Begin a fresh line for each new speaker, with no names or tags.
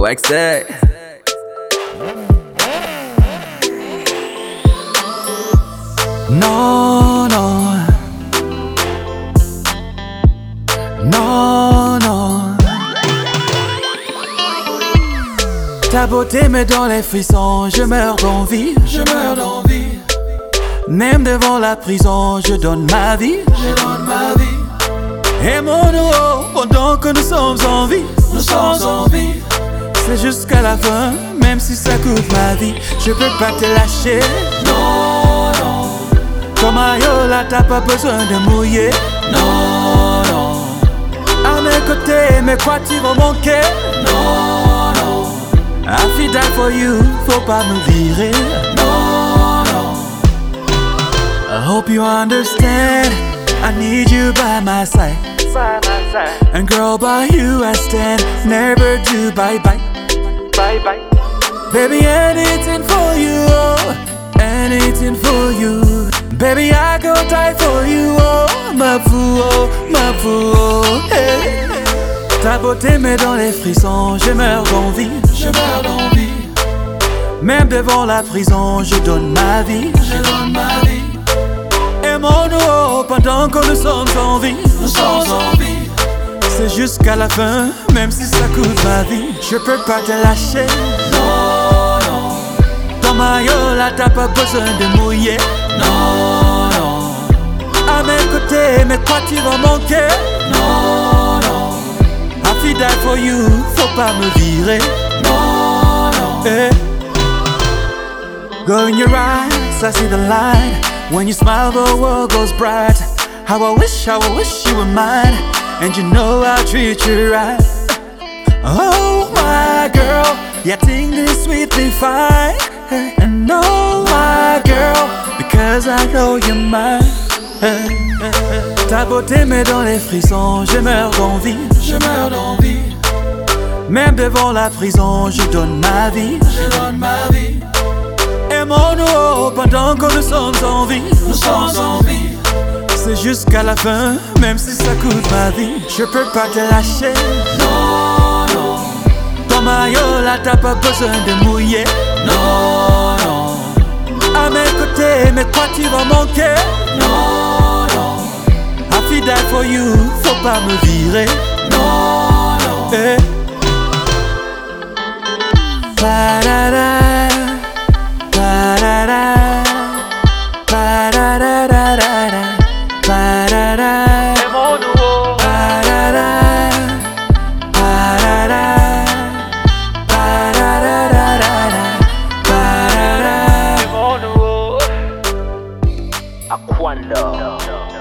wax that.
No, no. Non, non. Ta beauté me donne les frissons, je meurs d'envie, je meurs d'envie. Même devant la prison, je donne ma vie, je donne ma vie. Et mon eau, pendant que nous sommes en vie, nous sommes en vie. C'est jusqu'à la fin, même si ça coûte ma vie, je peux pas te lâcher. Non, non. Comme Ayola, t'as pas besoin de mouiller. Non, non. À mes côtés, mais quoi tu vas manquer? Non, non. I feel that for you, faut pas me virer. Non, non. I hope you understand. I need you by my side. And girl, by you I stand. Never do bye bye.
Bye bye.
Baby, anything for you, oh, anything for you. Baby, I go die for you, oh, ma fou, oh, ma fou, oh, hey. Ta beauté met dans les frissons, je meurs d'envie, je meurs d'envie. Même devant la prison, je donne ma vie, je donne ma vie. Et mon eau, pendant que nous sommes en vie, nous sommes en vie. C'est jusqu'à la fin, même si ça coûte ma vie, je peux pas te lâcher. Non, non. Dans ma yola, t'as pas besoin de mouiller. Non, non. À mes côtés, mais quoi tu vas manquer? Non, non. I feel that for you, faut pas me virer. Non, non. Eh. Go in your eyes, I see the light. When you smile, the world goes bright. How I wish, how I wish you were mine. And you know I'll treat you right. Oh, my girl, your thing is sweetly fine. And oh, my girl, because I know you're mine. Ta beauté met dans les frissons, je meurs d'envie, je meurs d'envie. Même devant la prison, je donne ma vie, je donne ma vie. Et mon eau, pendant que nous sommes en vie, nous sommes en vie. C'est jusqu'à la fin, même si ça coûte ma vie, je peux pas te lâcher. Non, non. Dans ma yola, t'as pas besoin de mouiller. Non, non. À mes côtés, mais quoi tu vas manquer? Non, non. I feel that for you, faut pas me virer. Non, non. Eh. Ba-da-da, ba-da-da, ba-da-da-da-da-da, ba-da-da, ba-da-da, ba-da-da, ba-da-da-da-da-da, ba-da-da.
Aquanda.